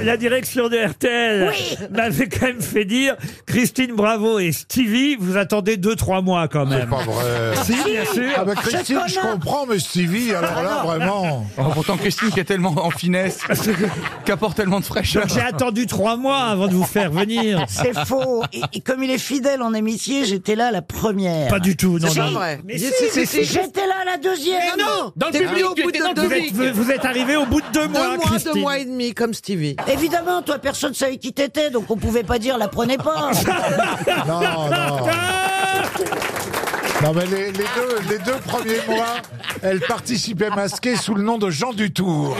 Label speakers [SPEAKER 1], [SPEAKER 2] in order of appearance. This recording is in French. [SPEAKER 1] la direction de RTL
[SPEAKER 2] Oui.
[SPEAKER 1] m'avait quand même fait dire Christine Bravo et Stevie, vous attendez 2-3 mois quand
[SPEAKER 3] C'est
[SPEAKER 1] même.
[SPEAKER 3] pas vrai.
[SPEAKER 1] Si, bien sûr.
[SPEAKER 3] Ah bah Christine, je comprends, mais Stevie, alors là, vraiment.
[SPEAKER 4] Oh, pourtant, Christine, qui est tellement en finesse, qui apporte tellement de fraîcheur.
[SPEAKER 1] Donc j'ai attendu 3 mois avant de vous faire venir.
[SPEAKER 2] C'est faux. Et, et comme il est fidèle en amitié, j'étais là la première.
[SPEAKER 1] Pas du tout, non,
[SPEAKER 2] C'est
[SPEAKER 1] non.
[SPEAKER 2] pas vrai.
[SPEAKER 1] Mais si, mais si,
[SPEAKER 2] J'étais là la deuxième.
[SPEAKER 5] non, dans le public, au bout de
[SPEAKER 1] vous
[SPEAKER 5] deux,
[SPEAKER 1] êtes, vous- vous êtes arrivé au bout de 2 mois,
[SPEAKER 5] deux mois,
[SPEAKER 1] Christine.
[SPEAKER 5] deux mois et demi, comme Stevie.
[SPEAKER 2] Évidemment, toi, personne ne savait qui t'étais, donc on pouvait pas dire la prenez pas.
[SPEAKER 3] Non, non. Non, mais les, les deux, les deux premiers mois, elle participait masquée sous le nom de Jean Dutour.